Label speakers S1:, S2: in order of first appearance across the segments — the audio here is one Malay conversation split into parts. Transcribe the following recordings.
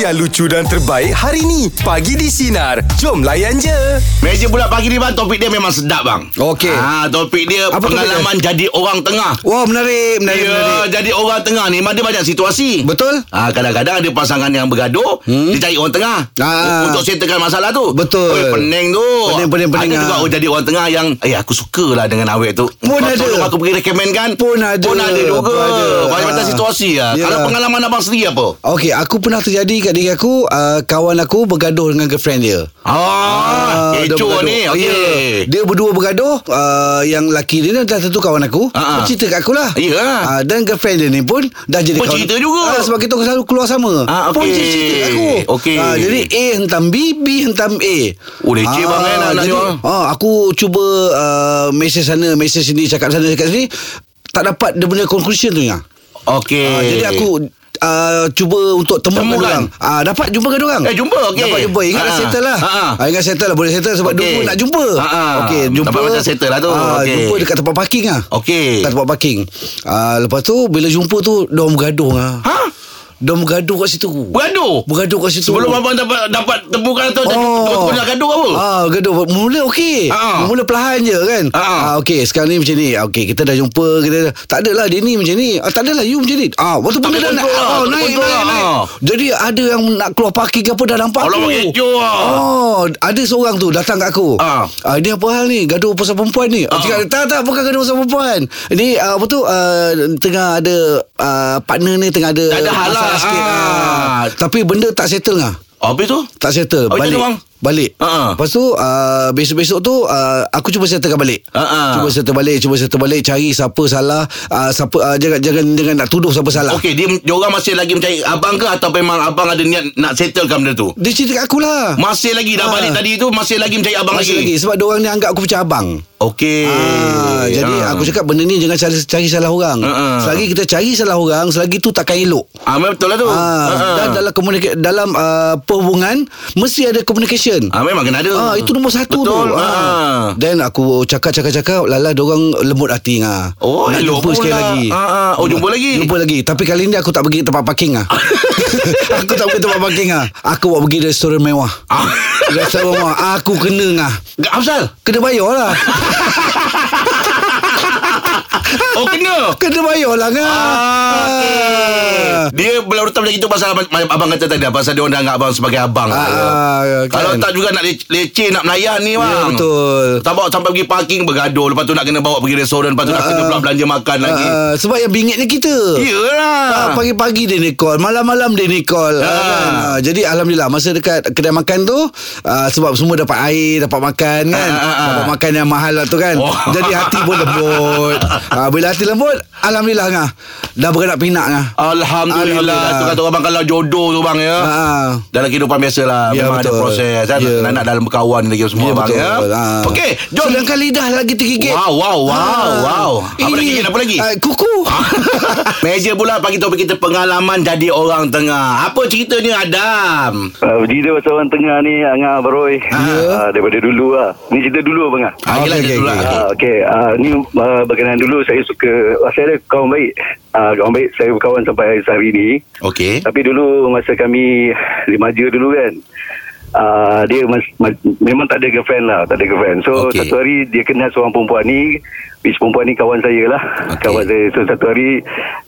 S1: yang lucu dan terbaik hari ni. Pagi di Sinar. Jom layan je.
S2: Meja bulat pagi ni bang Topik dia memang sedap bang
S3: Okey.
S2: ha, Topik dia
S3: Apa
S2: Apa
S3: topik
S2: Pengalaman jadi orang tengah
S3: Wah menarik Menarik,
S2: Ya,
S3: menarik.
S2: jadi orang tengah ni Ada banyak situasi
S3: Betul?
S2: Ah, kadang-kadang ada pasangan yang bergaduh, hmm? dia cari orang tengah
S3: Ah.
S2: untuk settlekan masalah tu.
S3: Betul.
S2: Oi, pening tu. Ha,
S3: Pening, pening, pening,
S2: Ada juga
S3: ah.
S2: orang oh, jadi orang tengah yang, eh aku sukalah dengan awek tu.
S3: Pun
S2: Kau
S3: ada.
S2: Tolong aku pergi rekomenkan.
S3: Pun ada.
S2: Pun ada juga.
S3: Pun ada.
S2: Macam-macam
S3: Ah.
S2: situasi lah.
S3: Yelah.
S2: Kalau pengalaman abang sendiri apa?
S3: Okey, aku pernah terjadi kat diri aku uh, Kawan aku bergaduh dengan girlfriend dia
S2: Ah,
S3: dia
S2: Ha, kecoh
S3: bergaduh.
S2: ni. Okey.
S3: Ya. Dia berdua bergaduh uh, Yang lelaki dia ni dah tentu kawan aku
S2: Ah, ah.
S3: Cerita kat aku lah
S2: Ya.
S3: Ah, Dan girlfriend dia ni pun Dah jadi
S2: Pun cerita juga.
S3: Ah, Sebab kita selalu keluar sama
S2: Ah,
S3: Pun
S2: okey.
S3: cerita kat aku
S2: Okey.
S3: Ah, Jadi A hentam B B hentam A Ah,
S2: Oh, leceh bang, eh, nak- nak
S3: jadi,
S2: jual.
S3: ah, Aku cuba uh, Mesej sana Mesej sini Cakap sana cakap sini Tak dapat dia punya conclusion tu ya.
S2: Okey.
S3: Ah, jadi aku uh, cuba untuk temukan
S2: Temukan.
S3: orang. Ah dapat jumpa kan orang?
S2: Eh, jumpa, okey.
S3: Dapat jumpa. Ingat
S2: Ah,
S3: dah settle lah.
S2: ah, ah.
S3: Ah ingat settle lah boleh settle sebab
S2: Okey.
S3: okay. dulu nak jumpa.
S2: Ah, ah.
S3: Okey,
S2: Dapat
S3: jumpa.
S2: macam settle lah tu.
S3: Ah,
S2: Okey.
S3: Jumpa dekat tempat parking ah.
S2: Okey.
S3: Dekat tempat parking. Ah lepas tu bila jumpa tu dia orang bergaduh ah.
S2: Ha?
S3: Dia orang bergaduh kat situ.
S2: Bergaduh?
S3: Bergaduh kat situ.
S2: Sebelum abang dapat dapat temukan atau oh. pernah gaduh ke apa?
S3: Ah, gaduh. Mula okey.
S2: Ah.
S3: Mula perlahan je kan.
S2: Ah.
S3: Ah, okey, sekarang ni macam ni. Ah, Okey, kita dah jumpa, kita dah, tak adalah dia ni macam ni. Ah, tak adalah you macam ni. Ah, waktu benda dah nak
S2: terkontrol lah,
S3: oh, naik, naik,
S2: terkontrol lah.
S3: naik.
S2: Ah.
S3: Jadi ada yang nak keluar parking ke apa dah nampak
S2: Alamak,
S3: aku.
S2: kecoh lah.
S3: Oh, ada seorang tu datang kat aku.
S2: Ah.
S3: ah dia apa hal ni? Gaduh pasal perempuan ni.
S2: Ah.
S3: Ah. Cakap, tak tak bukan gaduh pasal perempuan. Ni ah, apa tu ah, tengah ada ah, partner ni tengah ada
S2: Tak ada hal
S3: masalah
S2: lah.
S3: sikit.
S2: Ah.
S3: Ah. Tapi benda tak settle lah.
S2: Habis tu?
S3: Tak
S2: Habis
S3: settle Balik
S2: tu, bang?
S3: Balik
S2: Ha-ha.
S3: Lepas tu uh, Besok-besok tu uh, Aku cuba settlekan balik
S2: Ha-ha.
S3: Cuba settle balik Cuba settle balik Cari siapa salah uh, siapa uh, jangan, jangan jangan nak tuduh siapa salah
S2: Okey, dia, dia orang masih lagi mencari abang ke atau memang abang ada niat nak settlekan benda tu?
S3: Dia cerita kat akulah
S2: Masih lagi dah
S3: Ah.
S2: balik tadi tu masih lagi mencari abang
S3: Masih lagi
S2: lagi. Eh,
S3: Sebab diorang ni anggap aku macam abang
S2: Okey.
S3: Ah, jadi
S2: Ah.
S3: aku cakap benda ni jangan cari, cari salah orang.
S2: Ha-ha.
S3: Selagi kita cari salah orang, selagi tu takkan elok.
S2: Ah, memang betul lah tu.
S3: Ah, dan dalam komunika- dalam uh, perhubungan mesti ada communication.
S2: Ah, memang kena ada.
S3: Ah itu nombor satu
S2: Betul.
S3: tu.
S2: Ah.
S3: Then aku cakap cakap cakap lala dorang lembut hati ngah.
S2: Oh,
S3: Nak
S2: elok
S3: jumpa
S2: pula.
S3: sekali lagi.
S2: Ah, ah. Oh, jumpa lagi?
S3: Jumpa lagi. Tapi kali ni aku tak pergi tempat parking ah. aku tak pergi tempat parking ah. Aku buat pergi restoran mewah.
S2: Ah.
S3: restoran mewah. Aku kena ngah.
S2: Afzal.
S3: Kena bayar lah
S2: Oh, kena.
S3: Kena bayar lah ngah.
S2: Ah, okey.
S3: Ah.
S2: Dia belum datang macam itu pasal abang, abang kata tadi lah, pasal dia orang dah anggap abang sebagai abang.
S3: Ah,
S2: Ya.
S3: kan.
S2: Kalau tak juga nak le- leceh nak melayan ni bang.
S3: Ya, betul.
S2: Tak bawa sampai pergi parking bergaduh, lepas tu nak kena bawa pergi restoran, lepas tu nak
S3: Ah,
S2: kena
S3: ah.
S2: pula belanja makan lagi.
S3: Ah, sebab yang bingitnya kita.
S2: Iyalah.
S3: Ah, pagi-pagi dia ni call Malam-malam dia ni call
S2: Ha.
S3: ah. kan? ah, Jadi Alhamdulillah Masa dekat kedai makan tu ah, Sebab semua dapat air Dapat makan kan
S2: Ah, ah, ah.
S3: Dapat makan yang mahal lah tu kan
S2: Oh.
S3: Jadi hati pun lembut ah, Bila hati lembut Alhamdulillah ngah. Dah beranak pinak ngah.
S2: Alhamdulillah.
S3: Alhamdulillah.
S2: Tu kata orang bang kalau jodoh tu bang ya.
S3: Ah.
S2: Dalam kehidupan biasa lah
S3: Ya,
S2: Memang ada
S3: betul.
S2: proses kan?
S3: Ya.
S2: Nak, nak dalam berkawan lagi semua
S3: Ya,
S2: bang
S3: betul.
S2: ya.
S3: Ah.
S2: Okey Jom
S3: Sedangkan lidah lagi tergigit
S2: Wow wow wow wow. Apa lagi Jin? apa lagi?
S3: ah, Kuku
S2: Meja pula pagi topik kita pengalaman jadi orang tengah. Apa ceritanya Adam?
S4: Uh, cerita pasal orang tengah ni Angah Baroi
S3: Ya.
S4: uh, Daripada dulu lah Ni cerita dulu bang ah.
S2: Ah, yelah,
S3: Okey,
S2: dia
S3: okey,
S2: dulu lah.
S3: okey.
S4: Ah, Okey uh, Ni uh, berkenaan dulu Saya suka uh, Saya ada kawan baik uh, Kawan baik Saya berkawan sampai sehari ni
S2: Okey.
S4: Tapi dulu Masa kami Remaja dulu kan uh, Dia mas, ma, Memang tak ada girlfriend lah Tak ada girlfriend
S2: Okey.
S4: So okay. satu hari Dia kenal seorang perempuan ni Which perempuan ni kawan saya lah
S2: Okey.
S4: okay. Kawan saya So satu hari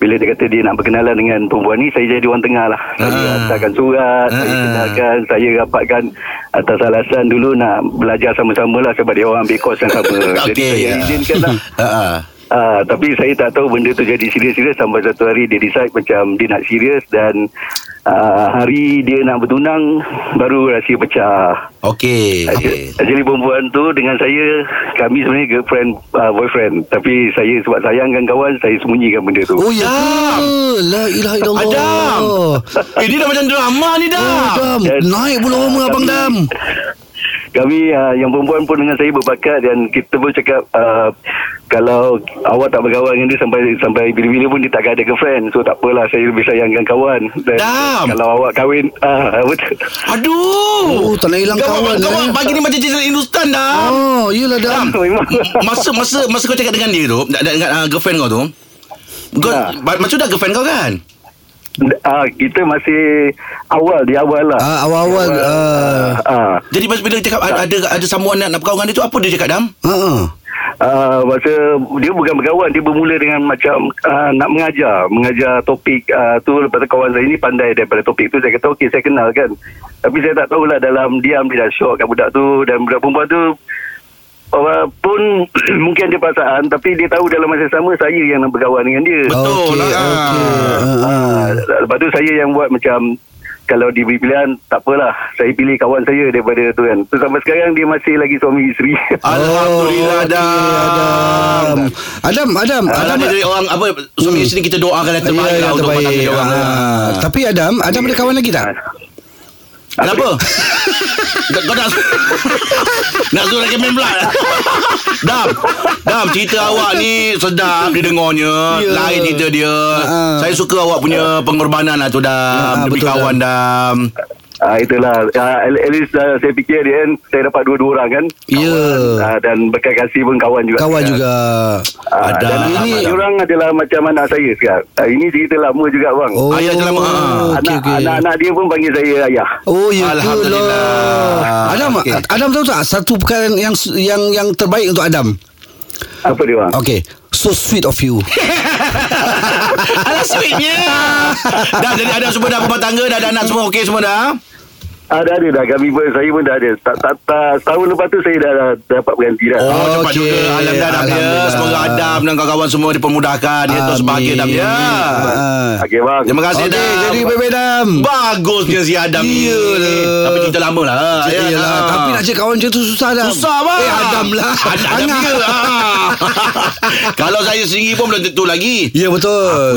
S4: Bila dia kata dia nak berkenalan Dengan perempuan ni Saya jadi orang tengah lah Saya
S2: Ah.
S4: hantarkan surat
S2: Ah.
S4: Saya kenalkan Saya rapatkan Atas alasan dulu Nak belajar sama-sama lah Sebab dia orang ambil course yang sama Jadi
S2: Okey.
S4: saya izinkan lah
S2: Ha ah.
S4: Ah, tapi saya tak tahu benda tu jadi serius-serius sampai satu hari dia decide macam dia nak serius dan ah, hari dia nak bertunang baru rahsia pecah.
S2: Okey.
S4: Okay. Jadi perempuan tu dengan saya kami sebenarnya girlfriend ah, boyfriend tapi saya sebab sayangkan kawan saya sembunyikan benda tu.
S3: Oh ya ke? La ilaha illallah
S2: Adam. Eh, ni dah macam drama ni
S3: Oh,
S2: dah.
S3: Dam
S4: Dan-
S3: Naik pula rumah abang Dam
S4: Kami uh, yang perempuan pun dengan saya berbakat dan kita pun cakap uh, kalau awak tak berkawan dengan dia sampai sampai bila-bila pun dia takkan ada girlfriend. So tak apalah saya lebih sayangkan kawan. Dan
S2: Dam!
S4: kalau awak kahwin ah betul.
S2: Aduh.
S3: Oh, tak nak hilang kawan,
S2: Kawan
S3: eh.
S2: pagi ni macam cerita Hindustan dah.
S3: Oh yelah Dam
S4: Memang.
S2: masa masa masa ah, kau cakap dengan dia tu, dengan, dengan uh, girlfriend kau tu, kau
S4: Ya.
S2: ba- macam dah girlfriend kau kan?
S4: Ah, kita masih awal di awal lah.
S3: Ah, awal-awal,
S4: Di
S3: ah.
S4: ah.
S2: Jadi pas bila cakap ada ada, ada someone nak, nak berkawan dengan dia tu apa dia cakap Dam?
S3: Ha. ah.
S4: uh, masa dia bukan berkawan dia bermula dengan macam uh, nak mengajar mengajar topik uh, tu lepas tu kawan saya ni pandai daripada topik tu saya kata okey saya kenal kan tapi saya tak tahulah dalam diam dia dah shock kat budak tu dan budak perempuan tu uh, pun mungkin ada perasaan tapi dia tahu dalam masa sama saya yang nak berkawan dengan dia
S2: Betul
S3: Okey,
S2: lah.
S3: okey. Ah, ah.
S4: Ah, lepas tu saya yang buat macam kalau diberi pilihan tak apalah saya pilih kawan saya daripada tu kan so, sampai sekarang dia masih lagi suami isteri
S2: Alhamdulillah
S3: Oh, okey,
S2: Dam.
S3: Adam, Adam,
S2: Adam
S3: Adam.
S2: ada orang apa suami isteri kita doakan yang terbaik
S3: Hmm. Ya,
S2: lah
S3: yang
S2: untuk rumah tangga
S3: terbaik.
S2: orang.
S3: Ah, Tapi Adam, Adam ada kawan lagi tak?
S2: Ah, Kenapa? Kau- Kau nak Nak suruh lagi main pula Dam Dam cerita awak ni Sedap didengarnya
S3: Ya.
S2: Lain cerita dia
S3: Ha.
S2: Saya suka awak punya Pengorbanan lah tu Dam
S3: Ha,
S2: Demi
S3: betul,
S2: kawan Dam
S4: Ah itulah ah, at at least ah, saya fikir dia kan saya dapat dua-dua orang kan.
S3: Ya.
S4: Ah, dan berkat kasih pun kawan juga. Ya.
S2: ya.
S3: Kawan juga.
S4: Ah,
S2: Ada.
S4: Dan
S2: Ini-
S4: ini orang adalah macam anak saya sekarang. Ah, ini cerita lama juga bang.
S3: Oh,
S2: Ayah dalam- ah,
S3: okey,
S4: anak,
S3: okey.
S4: anak-anak dia pun panggil saya ayah.
S3: Oh ya ke
S2: Alhamdulillah.
S3: lah. Adam
S2: Okey.
S3: Adam tahu tak satu perkara yang yang yang terbaik untuk Adam.
S4: Apa dia bang?
S3: Okay So sweet of you.
S2: Alah sweetnya Dah jadi ada semua dah Rumah tangga Dah ada anak semua Okey semua dah
S4: Ada ada Ah, dah kami pun saya pun dah ada. Tak, tak, tak, tahun lepas tu saya dah, dah dapat berganti dah.
S2: Oh cepat
S3: Okey.
S2: juga Alam dah Adam ya
S3: Alhamdulillah.
S2: Semoga Adam dan kawan-kawan semua Dipermudahkan Dia terus bahagia Adam ya
S3: Ah.
S4: Okey bang.
S2: Terima kasih
S3: Okey,
S2: Dam
S3: jadi bye-bye Adam.
S2: Bagusnya si Adam ni
S3: Iyalah.
S2: Tapi cerita lama lah
S3: Yalah, yalah. Tapi nak cari kawan macam tu susah dah.
S2: Susah bang
S3: Eh Adam lah.
S2: Ad- Adam
S3: Angah.
S2: dia ah. Kalau saya sendiri pun Belum tentu lagi
S3: Ya betul.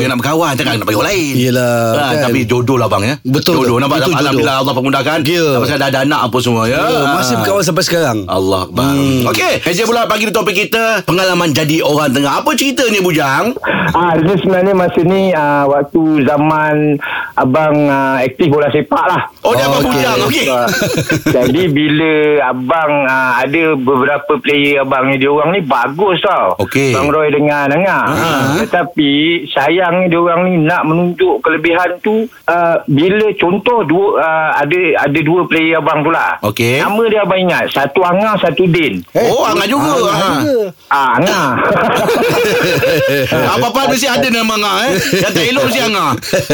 S2: Aku yang nak berkawan Takkan nak bagi orang lain
S3: Yelah,
S2: Ah,
S3: kan?
S2: Tapi jodoh lah bang ya
S3: Betul,
S2: Jodoh
S3: betul.
S2: nampak
S3: Betul,
S2: Betul, Alhamdulillah Allah permudahkan
S3: Ya.
S2: Lepas dah ada anak apa semua ya
S3: Oh, Masih
S2: Ah.
S3: berkawan sampai sekarang.
S2: Allah Akbar hmm. Okey Meja pula pagi ni topik kita Pengalaman jadi orang tengah Apa ceritanya Bujang?
S5: Ah, dia sebenarnya masa ni ah, waktu zaman abang ah, aktif bola sepak lah.
S2: Oh, dia abang
S3: Okey.
S2: Bujang Okey
S5: Ah, Jadi bila abang ah, ada beberapa player abang ni dia orang ni bagus tau.
S2: Okey.
S5: Bang Roy dengan Angah.
S2: Ah.
S5: Tetapi sayangnya dia orang ni nak menunjuk kelebihan tu ah, bila contoh dua ah, ada ada dua player abang pula.
S2: Okey.
S5: Nama dia abang ingat, satu Angah, satu Din.
S2: Oh, Angah juga
S3: Angah
S2: Ah.
S3: Eh, juga.
S5: Ah, Angah.
S2: Eh, Apa-apa mesti ada nama Angah eh Yang tak elok mesti Angah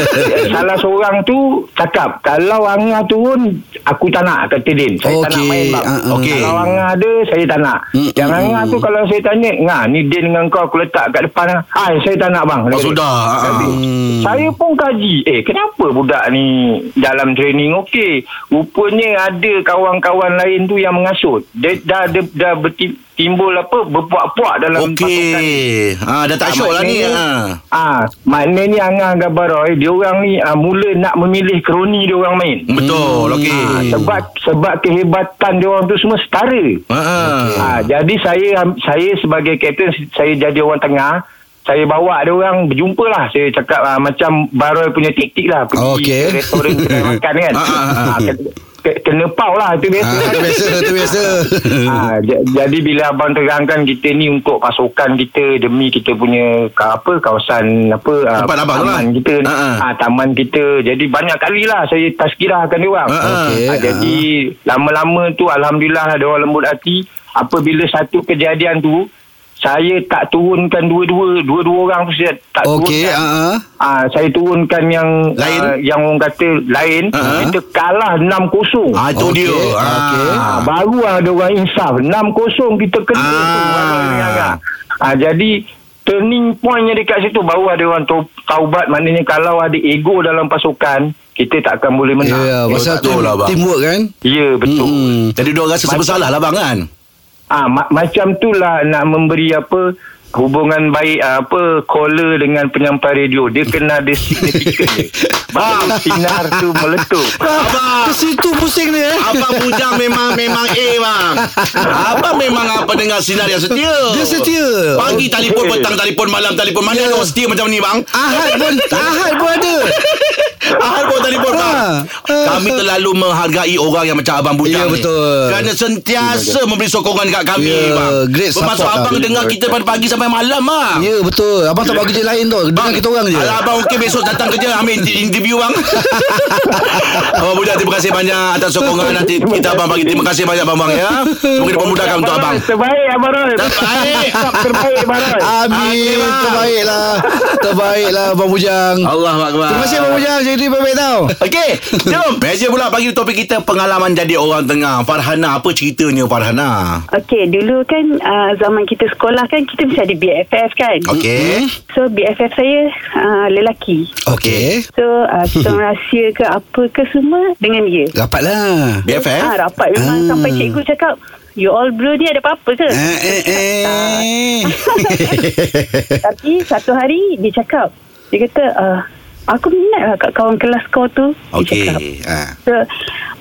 S5: salah seorang tu cakap kalau Anga turun aku tak nak kata Din saya tak nak
S3: Okey,
S5: main bang
S3: ah, ah.
S2: Okey.
S5: kalau Anga ada saya tak nak
S3: Mm,
S5: yang
S3: mm,
S5: Anga
S3: mm.
S5: tu kalau saya tanya Nga ni Din dengan kau aku letak kat depan ah saya tak nak bang
S2: Oh,
S5: Dia
S2: sudah
S5: kata.
S2: Ah.
S3: Hmm.
S5: saya pun kaji eh kenapa budak ni dalam training okey rupanya ada kawan-kawan lain tu yang mengasut dia dah dah, dah berti- timbul apa berpuak-puak dalam pasukan
S2: Okey ha, Dah tak syok lah ni ha.
S5: Ah, maknanya Angang dengan Baroy dia orang ni ah, mula nak memilih kroni dia orang main.
S2: Betul Okey
S5: Ah, sebab sebab kehebatan dia orang tu semua setara.
S2: ha.
S5: Ah, jadi saya saya sebagai kapten saya jadi orang tengah saya bawa dia orang berjumpa lah saya cakap ah, macam Baroy punya tiktik lah pergi
S3: Okey.
S5: ke restoran kedai makan kan
S2: Ah, ah, ah.
S5: ah, ke- ke- kena pau lah itu biasa
S3: Ah, tu biasa, tu biasa.
S2: Eh.
S5: ha, j- jadi bila abang terangkan kita ni untuk pasukan kita demi kita punya ka, apa kawasan apa ah,
S2: Tempat abang tu
S5: taman
S2: lah.
S5: kita
S2: Ha, ha.
S5: ha, taman kita jadi banyak kali lah saya tazkirahkan dia orang
S2: Ha, ha.
S3: Okey,
S5: Ah,
S3: ha.
S5: jadi lama-lama tu alhamdulillah lah dia orang lembut hati apabila satu kejadian tu saya tak turunkan dua-dua dua-dua orang tu saya tak
S3: Okey,
S5: turunkan
S3: ah, ah.
S5: Ah, saya turunkan yang
S2: Lain?
S5: ah, yang orang kata lain
S2: Ha.
S5: kita kalah 6-0
S2: Ah, Itu dia
S3: Okey,
S2: Ah.
S3: okey.
S5: Ah, baru ada orang insaf 6-0 kita kena
S2: Ah.
S5: tu orang ni, Angah. ah, jadi turning pointnya dekat situ baru ada orang tau- taubat maknanya kalau ada ego dalam pasukan kita tak akan boleh
S3: Ya,
S5: menang
S3: yeah, pasal
S2: betul
S3: tu
S2: lah, bang.
S3: teamwork kan?
S5: ya betul
S3: Hmm.
S2: Jadi dia orang rasa serba salah lah bang kan
S5: ah, ma- macam tu lah nak memberi apa hubungan baik ah, apa caller dengan penyampai radio dia kena ada signifikan dia baru sinar tu meletup
S2: Abang.
S3: Ke situ pusing dia eh.
S2: Abang Bujang memang memang A bang. Abang memang apa dengar sinar yang setia.
S3: Dia setia.
S2: Pagi telefon, petang telefon, malam telefon. Mana
S3: Ya.
S2: ada orang setia macam ni bang?
S3: Ahad pun Ahad pun ada
S2: Ahad pun telefon bang.
S3: Ha.
S2: Kami terlalu menghargai orang yang macam abang bujang
S3: Ya,
S2: ni.
S3: betul.
S2: Kerana sentiasa memberi sokongan dekat kami
S3: Ya,
S2: bang.
S3: great
S2: Bermaksud
S3: support,
S2: abang
S3: bang.
S2: dengar kita pada pagi sampai malam bang.
S3: Ya betul Abang tak buat kerja lain tau Dengan Ya, kita orang je
S2: Alah abang okey besok datang kerja ambil inter- interview bang. abang Budak terima kasih banyak atas sokongan nanti kita abang bagi terima kasih banyak abang bang ya. Semoga dipermudahkan untuk abang.
S5: Terbaik Abang Roy
S2: Terbaik. Ah.
S5: Terbaik Abang Roy
S3: Amin
S2: Okey, bang.
S3: Terbaiklah Terbaiklah Abang Bujang
S2: Allah Akbar.
S3: Terima kasih Abang Bujang Jadi baik-baik tau
S2: Okey, jom. Meja pula bagi topik kita pengalaman jadi orang tengah. Farhana, apa ceritanya Farhana?
S6: Okey, dulu kan uh, zaman kita sekolah kan kita mesti ada BFF kan.
S2: Okey.
S3: Mm-hmm.
S6: So BFF saya uh, lelaki.
S3: Okey
S6: So uh, kita orang rahsia ke apa ke semua dengan dia.
S3: Rapatlah
S2: BFF?
S6: Ah, rapat memang
S3: Ah.
S6: sampai cikgu cakap, "You all bro ni ada apa-apa ke?"
S3: Eh eh eh
S6: Tapi satu hari dia cakap, dia kata, uh, "Aku minat lah kat kawan kelas kau tu." Dia cakap.
S2: Okey.
S3: Ah.
S6: So,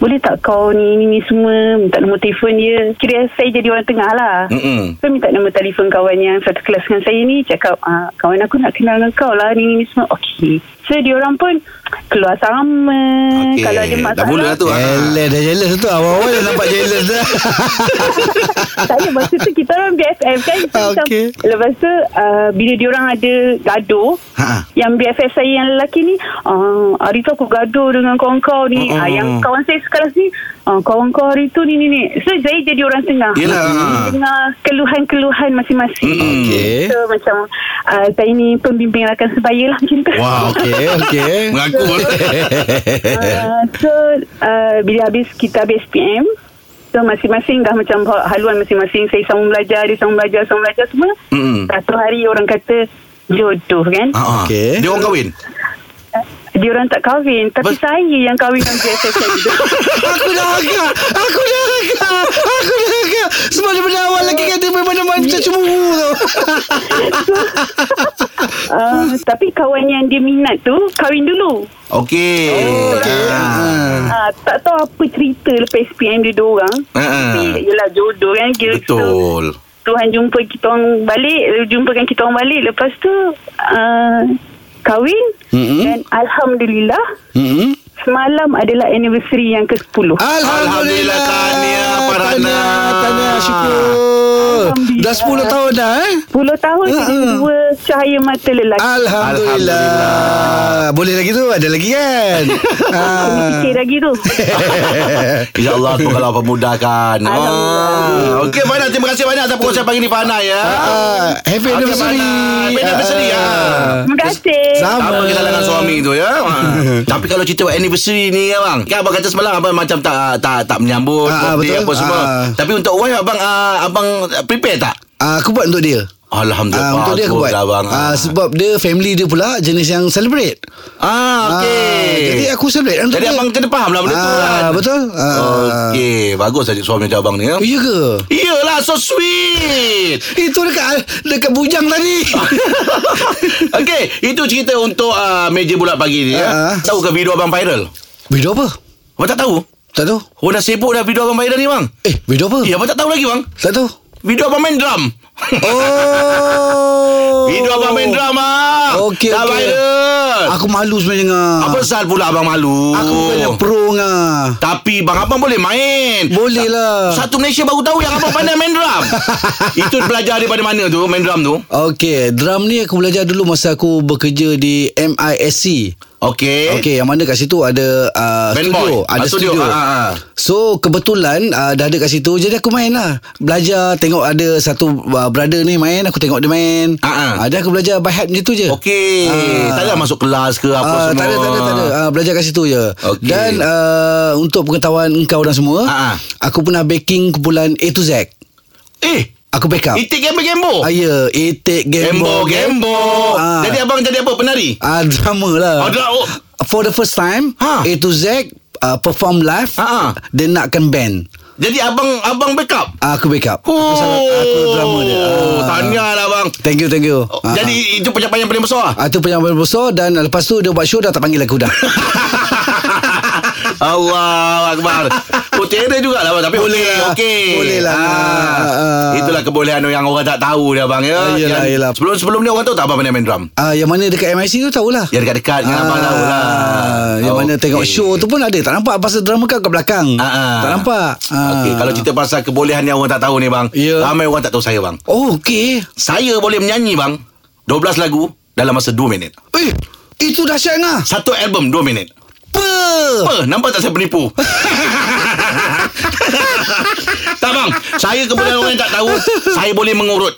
S6: boleh tak kau ni, ni, ni semua minta nombor telefon dia kira saya jadi orang tengah lah
S2: Mm-mm.
S6: so minta nombor telefon kawan yang satu kelas dengan saya ni cakap ah, kawan aku nak kenal dengan kau lah ni, ni, ni semua ok so diorang pun keluar sama
S2: Okey.
S6: kalau ada
S2: Dah
S6: masalah
S2: mula dah tu.
S3: Jealous dah jealous tu Awal-awal dah nampak jealous dah
S6: saya masa tu kita orang BFF kan so,
S3: Ah,
S6: macam-
S3: okey.
S6: lepas tu uh, bila diorang ada gaduh
S3: Ha.
S6: yang BFF saya yang lelaki ni uh, hari tu aku gaduh dengan kawan kau ni
S2: Mm-mm.
S3: Oh,
S6: uh, yang kawan saya sekelas ni uh, kawan kau hari tu ni ni ni so saya jadi orang tengah
S2: Yelah.
S6: dengar keluhan-keluhan masing-masing
S2: Mm-mm.
S3: ah, Hmm, Okey.
S6: so macam uh, saya ni pembimbing rakan sebaya lah macam tu
S2: Wah,
S3: Okey Okey
S2: Mengaku.
S6: Uh, so uh, bila habis kita habis PM so masing-masing dah macam ha- haluan masing-masing saya sambung belajar dia sambung belajar sambung belajar semua
S2: Mm-mm.
S6: satu hari orang kata jodoh kan
S2: Ha, ha.
S3: Okey.
S2: Dia orang kahwin?
S6: dia orang tak kahwin tapi
S2: Bet-
S6: saya yang kahwin dengan BFF saya
S3: Aku dah agak Aku dah agak Aku dah agak Sebab daripada awal lagi kata Memang dia macam cemburu tau
S6: uh, tapi kawan yang dia minat tu kahwin dulu
S2: Okey. Ah.
S3: Oh, Okey
S6: uh, tak tahu apa cerita lepas SPM dia dua orang
S2: Ha, ha.
S6: tapi yelah jodoh kan kira
S2: Betul.
S6: Tuhan jumpa kita orang balik eh, jumpakan kita orang balik lepas tu uh, kahwin
S3: Mm-mm.
S6: dan alhamdulillah
S3: Hmm
S6: semalam adalah anniversary yang ke-10
S3: Alhamdulillah
S2: Alhamdulillah, tahniah, Farhana.
S3: Tahniah Tahniah syukur
S6: Alhamdulillah.
S3: Dah 10 tahun dah eh
S6: 10 tahun
S3: Ha,
S6: jadi
S3: ha.
S6: dua cahaya mata lelaki
S3: Alhamdulillah Boleh lagi tu Ada lagi kan
S6: Aku fikir lagi tu
S3: Eh.
S2: InsyaAllah tu kalau pemudahkan. Ah. Okey, Farhana. Terima kasih banyak atas perkongsian pagi ni, Farhana, ya.
S3: Ah, Happy
S2: Okey,
S3: anniversary
S2: Farhana. Happy anniversary,
S3: Ah,
S2: ah.
S6: Terima kasih
S3: Sama
S2: Apa kita dengan suami tu ya ha. Tapi kalau cerita buat anniversary ni abang Kan abang kata semalam abang macam tak tak tak menyambut
S3: Ah,
S2: birthday
S3: betul.
S2: apa semua
S3: Ah.
S2: Tapi untuk wife abang ah, abang prepare tak?
S3: Ah, Aku buat untuk dia
S2: Alhamdulillah
S3: Ah, untuk dia aku buat
S2: baguslah, abang.
S3: Ah, Sebab dia Family dia pula Jenis yang celebrate
S2: Ah okey
S3: Ah, Jadi aku celebrate untuk
S2: Jadi
S3: dia.
S2: abang kena faham lah benda tu
S3: Ah,
S2: kan
S3: Betul Ah.
S2: Okey Bagus aja suami dia abang ni ya
S3: Oh, Iya ke
S2: Iyalah so sweet
S3: Itu dekat Dekat bujang tadi
S2: Okey Itu cerita untuk uh, Meja bulat pagi ni
S3: Ah.
S2: ya Tahu ke video abang viral?
S3: Video apa
S2: Abang tak tahu?
S3: Tak tahu
S2: Oh dah sibuk dah video abang viral ni bang
S3: Eh video apa
S2: Eh abang tak tahu lagi bang
S3: Tak tahu
S2: Video abang main drum
S3: Oh
S2: Video abang main drama
S3: Okey,
S2: Dah
S3: okey.
S2: viral
S3: Aku malu sebenarnya dengan
S2: Apa Oh. sal pula abang malu
S3: Aku bukannya pro dengan
S2: Tapi bang abang boleh main
S3: Boleh lah
S2: Satu Malaysia baru tahu yang abang pandai main drum Itu belajar daripada mana tu main drum tu
S3: Okey, drum ni aku belajar dulu masa aku bekerja di MISC.
S2: Okey
S3: Okey, yang mana kat situ ada
S2: Eh?
S3: uh,
S2: Band
S3: studio,
S2: boy.
S3: ada
S2: Ah, studio.
S3: studio.
S2: Ah, ah, ah.
S3: So kebetulan uh, dah ada kat situ jadi aku main lah. Belajar tengok ada satu uh, brother ni main, aku tengok dia main.
S2: Ah, ah.
S3: Uh, aku belajar by heart macam tu je.
S2: Okey
S3: Ah.
S2: Tak ada masuk kelas ke apa
S3: Ah,
S2: semua
S3: tak ada, tak ada, tak ada. Ah, belajar kat situ je.
S2: Okey.
S3: Dan uh, untuk pengetahuan engkau dan semua,
S2: Ah, ah.
S3: aku pernah backing kumpulan A to Z.
S2: Eh
S3: Aku backup.
S2: Itik gembo-gembo
S3: Ah, ya, Itik Gambo.
S2: Gembo-gembo
S3: Ah.
S2: Jadi abang jadi apa penari?
S3: Ah, drama lah.
S2: Oh, dra- oh.
S3: For the first time,
S2: Ha.
S3: A to Z uh, perform live,
S2: Ha, ha.
S3: dia nakkan band.
S2: Jadi abang abang backup
S3: Ah, aku backup. Aku sangat aku drama dia.
S2: Oh,
S3: Ah.
S2: Tahniah lah abang
S3: Thank you, thank you.
S2: Oh,
S3: Ah, ah.
S2: Jadi itu pencapaian yang paling besar lah
S3: Ah, tu penyambutan besar dan lepas tu dia buat show dah tak panggil aku dah.
S2: Allah Akbar Oh cerai jugalah abang Tapi okey
S3: Boleh lah.
S2: okey.
S3: Boleh lah. Ah.
S2: Itulah kebolehan yang orang tak tahu dia abang
S3: Ah,
S2: ya
S3: yelah,
S2: Yang
S3: yelah.
S2: Sebelum-sebelum ni orang tahu tak abang pandai main drum
S3: Ah, yang mana dekat MIC tu tahulah. Ah,
S2: Yang dekat-dekat Yang Ya, abang tahu lah
S3: Yang mana
S2: Okey.
S3: tengok show tu pun ada Tak nampak Pasal drama kau kat belakang
S2: Ah, ah.
S3: Tak nampak Ah.
S2: Okey, kalau cerita pasal kebolehan yang orang tak tahu ni bang.
S3: Ya.
S2: Ramai orang tak tahu saya bang.
S3: Oh okey
S2: Saya boleh menyanyi bang 12 lagu dalam masa 2 minit.
S3: Eh Itu dahsyat ngah
S2: Satu album 2 minit.
S3: Apa
S2: Apa? Nampak tak saya penipu? tak bang, saya kebetulan orang yang tak tahu, saya boleh mengurut.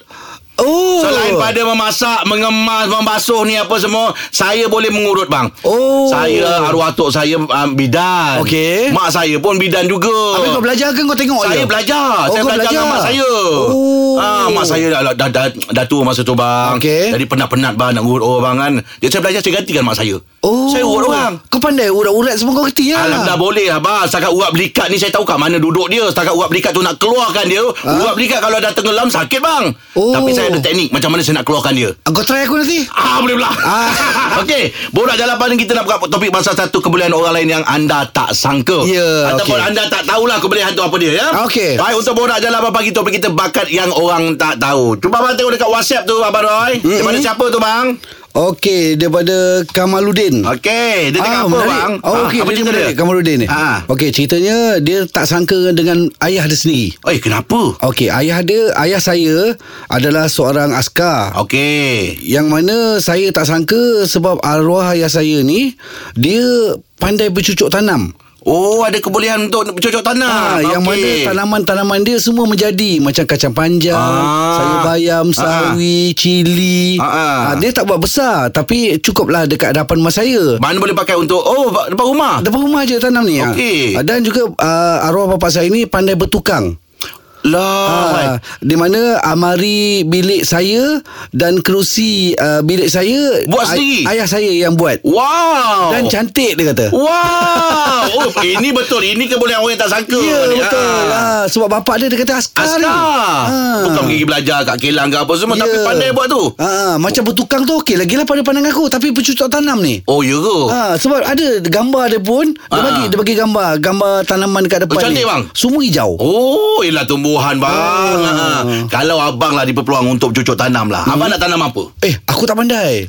S3: Oh
S2: Selain pada memasak, mengemas, membasuh ni apa semua, saya boleh mengurut bang.
S3: Oh.
S2: Saya arwah atuk saya um, bidan.
S3: Okey.
S2: Mak saya pun bidan juga.
S3: Habis kau belajar ke kau tengok
S2: Saya
S3: je?
S2: belajar
S3: Oh,
S2: Saya
S3: kau
S2: belajar dengan mak saya
S3: Oh
S2: ah, Mak saya dah, dah, dah, dah tua masa tu bang
S3: Okey.
S2: Jadi penat-penat bang Nak urut orang kan Dia saya belajar Saya gantikan mak saya
S3: Oh
S2: Saya urut orang
S3: Kau pandai urat-urat semua kau kerti lah
S2: Alhamdulillah boleh lah bang Setakat uap belikat ni Saya tahu kat mana duduk dia Setakat uap belikat tu nak keluarkan dia Uap belikat kalau dah tenggelam Sakit bang
S3: Ah. Oh.
S2: Tapi saya ada teknik Macam mana saya nak keluarkan dia
S3: Ah, Kau try aku nanti
S2: Ah boleh pula
S3: Ah.
S2: Okey Borak jalan pandang kita nak buka topik Pasal satu kebolehan orang lain Yang anda tak sangka
S3: Ya,
S2: Ataupun
S3: okey.
S2: anda tak tahulah Kebolehan tu apa dia ya
S3: Okey.
S2: Baik untuk borak jalan Abang pagi topik kita Bakat yang orang tak tahu Cuba abang tengok dekat whatsapp tu Abang Roy mm-hmm. Daripada siapa tu bang
S3: Okey Daripada Kamaluddin
S2: Okey Ah, Dia cakap apa
S3: menarik.
S2: bang
S3: Oh, okey.
S2: ah, Apa
S3: dia
S2: cerita
S3: menarik,
S2: dia
S3: Kamaluddin ni.
S2: Ah.
S3: Okey, ceritanya dia tak sangka dengan ayah dia sendiri.
S2: Eh kenapa
S3: Okey, ayah dia, ayah saya adalah seorang askar.
S2: Okey
S3: Yang mana saya tak sangka sebab arwah ayah saya ni dia pandai bercucuk tanam.
S2: Oh ada kebolehan untuk cucuk tanah
S3: Ah,
S2: Okey.
S3: yang mana tanaman-tanaman dia semua menjadi macam kacang panjang,
S2: Ah.
S3: sayur bayam,
S2: Ah.
S3: sawi, cili.
S2: Ah, ah.
S3: Ah, dia tak buat besar tapi cukuplah dekat hadapan mak saya.
S2: Mana boleh pakai untuk Oh depan rumah
S3: Depan rumah je tanam ni.
S2: Okey.
S3: Ah. Dan juga uh, arwah bapak saya ni pandai bertukang.
S2: Lah
S3: Ah, di mana amari bilik saya dan kerusi uh, bilik saya
S2: Buat sendiri?
S3: ayah saya yang buat.
S2: Wow
S3: Dan cantik dia kata.
S2: Wow Oh ini betul Ini kebolehan orang yang tak sangka
S3: Ya
S2: ni.
S3: betul
S2: Ah.
S3: ah. Sebab bapak dia Dia kata askar
S2: Askar
S3: ni. Ah.
S2: Bukan pergi belajar Kat Kelang ke apa semua Tapi
S3: Ya.
S2: pandai buat tu
S3: ah, ah. Macam bertukang tu okey Lagi lah pada pandangan aku Tapi pencucuk tanam ni
S2: Oh ya ke
S3: Ah, sebab ada gambar dia pun dia
S2: Ah. Oh,
S3: bagi dia bagi gambar gambar tanaman dekat depan
S2: cantik,
S3: ni.
S2: bang.
S3: Semua hijau.
S2: Oh ialah tumbuhan bang ah.
S3: Ah.
S2: Kalau abang lah diperpeluang Untuk cucuk tanam lah Abang nak tanam apa
S3: Eh, aku tak pandai.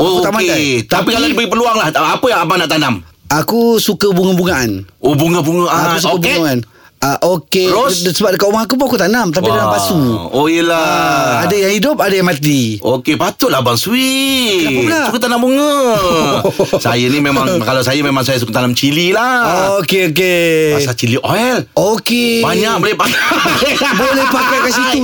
S2: Oh
S3: Aku tak pandai.
S2: okey Tapi,
S3: Tapi-
S2: kalau diberi peluang lah Apa yang abang nak tanam
S3: Aku suka bunga-bungaan.
S2: Oh bunga-bunga
S3: Ah, aku suka
S2: orchid?
S3: bunga-bungaan. Ah, okey.
S2: Rose?
S3: De- Sebab dekat rumah aku pun aku tanam tapi dalam
S2: Wah.
S3: pasu.
S2: Oh yelah
S3: Ah, ada yang hidup, ada yang mati.
S2: Okey, patutlah Abang Sweet.
S3: Kenapa pula?
S2: Suka tanam bunga. saya ni memang, kalau saya memang saya suka tanam cili lah.
S3: Ah, Okey, okey.
S2: Pasal cili oil.
S3: Okey.
S2: Banyak boleh pakai.
S3: boleh pakai kat situ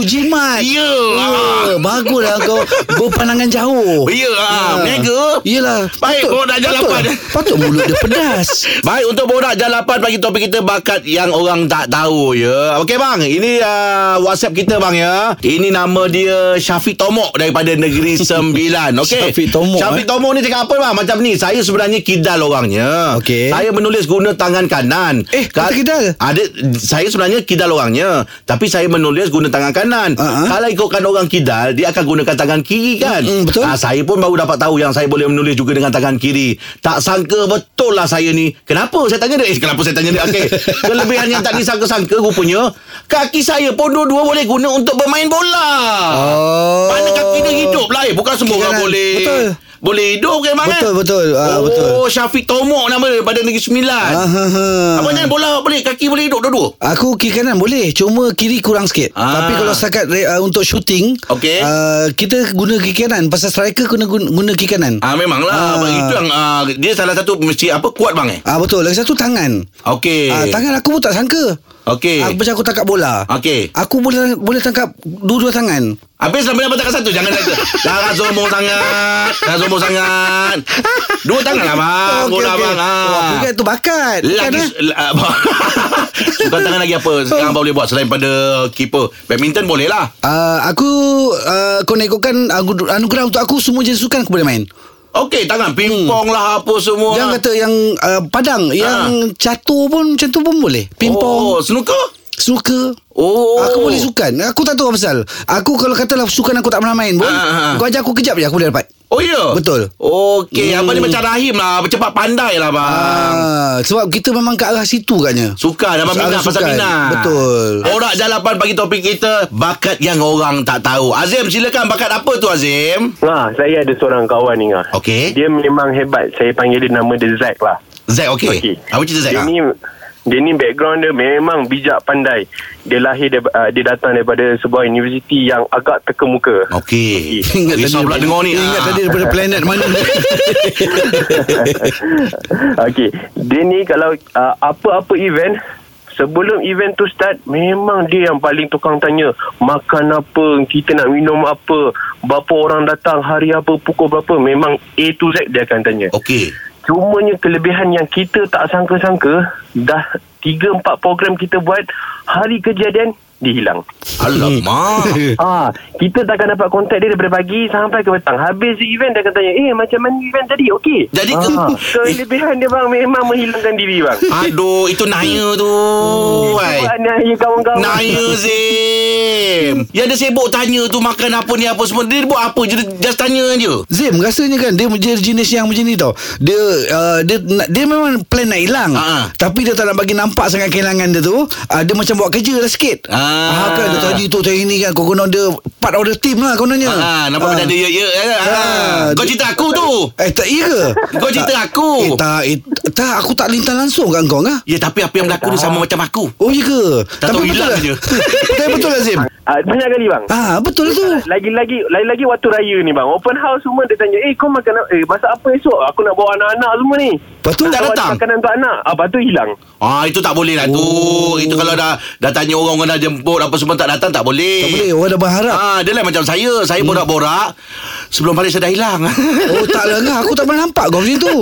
S3: jimat.
S2: Ya.
S3: Ya, Baguslah kau berpandangan jauh.
S2: Ya, ah, berniaga.
S3: Oh, Yelah.
S2: Baik, bawa dah jalan
S3: patut,
S2: lapan.
S3: patut mulut dia pedas.
S2: Baik untuk borak jalapan bagi topik kita bakat yang orang tak tahu ya. Okey bang, ini uh, WhatsApp kita bang ya. Ini nama dia Syafiq Tomok daripada Negeri Sembilan. Okey.
S3: Syafiq Tomok, eh?
S2: Syafiq Tomok ni cakap apa bang? Macam ni, saya sebenarnya kidal orangnya.
S3: Okey.
S2: Saya menulis guna tangan kanan.
S3: Eh, kata kidal?
S2: Ada saya sebenarnya kidal orangnya, tapi saya menulis guna tangan kanan.
S3: Ah, ah.
S2: Kalau ikutkan orang kidal, dia akan gunakan tangan kiri kan?
S3: Mm, mm, betul.
S2: Ah, saya pun baru dapat tahu yang saya boleh menulis juga dengan tangan kiri. Tak sangka betul lah saya ni. Kenapa saya tanya dia? Eh, kenapa saya tanya dia? Okey. Kelebihan yang tak disangka-sangka rupanya, kaki saya pun dua-dua boleh guna untuk bermain bola.
S3: Oh.
S2: Mana kaki dia hidup lah eh. Bukan semua orang
S3: Kanan.
S2: boleh.
S3: Betul.
S2: Boleh hidup ke bang kan?
S3: Betul, betul. Ah,
S2: oh,
S3: betul.
S2: Syafiq Tomok nama dia daripada Negeri Sembilan.
S3: Ah, ha, ha.
S2: Abang jangan bola boleh, kaki boleh hidup dua-dua?
S3: Aku kiri kanan boleh Cuma kiri kurang sikit
S2: Ah.
S3: Tapi kalau setakat uh, Untuk shooting
S2: Okey.
S3: uh, Kita guna kiri kanan Pasal striker guna, guna, guna kiri kanan
S2: Ah memanglah
S3: Ah.
S2: abang itu yang ah, dia salah satu mesti apa kuat bang eh.
S3: Ah betul. Lagi satu tangan.
S2: Okey.
S3: Ah tangan aku pun tak sangka.
S2: Okey.
S3: Ah, macam aku tangkap bola.
S2: Okey.
S3: Aku boleh boleh tangkap dua-dua tangan.
S2: Habis lah sampai dapat tangan satu Jangan kata Jangan sombong sangat Jangan sombong sangat Dua tangan lah bang
S3: Okey,
S2: Bola
S3: okey.
S2: bang
S3: Oh,
S2: ah.
S3: aku kan tu bakat. Bukan,
S2: Lagi
S3: eh?
S2: la- abang- Sukan tangan lagi apa Sekarang abang boleh buat Selain pada keeper Badminton boleh lah
S3: Ah, aku uh, kau nak ikutkan aku- anugerah untuk aku semua jenis sukan aku boleh main.
S2: Okey tangan Pingpong lah apa semua
S3: Jangan kata yang uh, padang, yang catur pun macam tu pun boleh.
S2: Ah.
S3: Pingpong.
S2: Oh snooker
S3: Suka
S2: Oh.
S3: Aku boleh sukan Aku tak tahu apa pasal Aku kalau katalah Sukan aku tak pernah main pun
S2: Ah, ah.
S3: Kau ajar aku kejap je Aku boleh dapat
S2: Oh ya
S3: Betul.
S2: Okey hmm. Abang ni macam Rahim lah Cepat pandai lah abang ah.
S3: ah, Sebab kita memang ke arah situ katnya
S2: Suka Abang
S3: Soalan
S2: minat pasal
S3: sukan.
S2: minat
S3: Betul.
S2: Orang jalapan bagi topik kita Bakat yang orang tak tahu Azim silakan Bakat apa tu Azim
S5: Ha, saya ada seorang kawan ni Ngah.
S2: Okey.
S5: Dia memang hebat. Saya panggil dia nama dia Zack lah.
S2: Zack okey okay. Apa cerita Zack ah?
S5: Dia ni dia ni background dia memang bijak pandai. Dia lahir dia, uh, dia datang daripada sebuah universiti yang agak terkemuka.
S2: Oh. Okey
S3: Ingat
S2: Risau
S3: tadi-
S2: pula dengar ni
S3: Ingat
S2: ah.
S3: tadi daripada planet mana ni?
S5: Okey, dia ni kalau uh, apa-apa event Sebelum event tu start Memang dia yang paling tukang tanya Makan apa Kita nak minum apa Berapa orang datang Hari apa Pukul berapa Memang A to Z dia akan tanya
S2: Okey
S5: Cumanya kelebihan yang kita tak sangka-sangka Dah 3-4 program kita buat Hari kejadian Dia hilang
S2: Alamak
S5: ah, Kita takkan dapat kontak dia daripada pagi Sampai ke petang Habis event dia akan tanya Eh macam mana event tadi Okey
S2: Jadi ke-
S5: ah, Kelebihan dia bang Memang menghilangkan diri bang
S2: Aduh Itu naya tu Wai
S5: Buat naya kawan-kawan
S2: Naya Zim Yang dia sibuk tanya tu Makan apa ni apa semua Dia buat apa je Dia just tanya je
S3: Zim rasanya kan dia, dia jenis yang macam ni tau. Dia uh, dia nak- dia memang plan nak hilang.
S2: Ah.
S3: Tapi dia tak nak bagi nampak sangat kehilangan dia tu. Uh, dia macam buat kerja lah sikit.
S2: Ah.
S3: Ah kan dia tadi tu tadi ni kan kau konon dia part of the team lah kononnya.
S2: Ha, nampak benda dia ya ya. Ha.
S3: Ah,
S2: Kau
S3: dia-
S2: cerita aku tu.
S3: Eh tak iya ke?
S2: Kau cerita
S3: Tak.
S2: aku.
S3: Eh tak, eh, tak aku tak lintang langsung kat kau ngah.
S2: Ya tapi apa yang berlaku ni sama macam aku.
S3: Oh iya ke?
S2: Tak tahu hilang
S3: lah.
S2: je.
S3: Tapi betul lah Zim.
S5: ah, Banyak kali bang
S3: Ah betul lah tu.
S5: lagi-lagi lagi-lagi waktu raya ni bang open house semua dia tanya eh kau makan apa- eh masak apa esok aku nak bawa anak-anak semua ni
S3: Lepas tu
S2: Tak
S5: Kau ada
S2: datang.
S5: makanan untuk anak ah lepas tu hilang
S2: Ah itu tak boleh lah tu.
S3: Oh.
S2: Itu kalau dah dah tanya orang orang dah jemput apa semua tak datang tak boleh.
S3: tak boleh orang dah berharap.
S2: Ah dia lain macam saya. Saya borak-borak sebelum balik saya dah hilang. Ah.
S3: Oh tak lah ngah aku tak pernah nampak kau macam tu.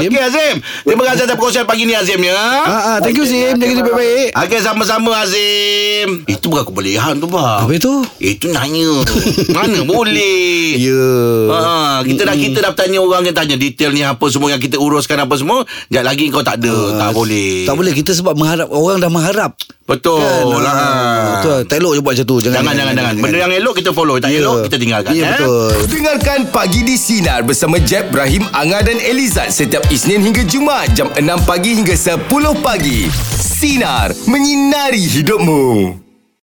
S3: Zim.
S2: Okey Azim. Terima kasih atas perkongsian pagi ni Azim ya.
S3: Ah, ah, thank you Zim Jaga diri baik-baik
S2: Okey sama-sama Azim. Itu bukan kebolehan tu bang.
S3: Habis tu
S2: Itu nanya tu. Mana boleh.
S3: Ya
S2: Ha, kita dah kita dah tanya orang yang tanya detail ni apa semua yang kita uruskan apa semua. Jap lagi kau tak ada, tak boleh.
S3: Ah, Tak boleh kita sebab mengharap Orang dah mengharap
S2: Betul
S3: Kan?
S2: lah. Kan?
S3: Ah, Betul Tak elok je buat macam tu Jangan
S2: Jangan jangan jangan. Benda yang elok kita follow, tak
S3: Ya.
S2: elok kita tinggalkan.
S3: Ya
S2: eh?
S3: betul
S1: Dengarkan Pagi di Sinar bersama Jeb, Ibrahim, Anga dan Elizad setiap Isnin hingga Jumaat jam 6 pagi hingga 10 pagi. Sinar, menyinari hidupmu.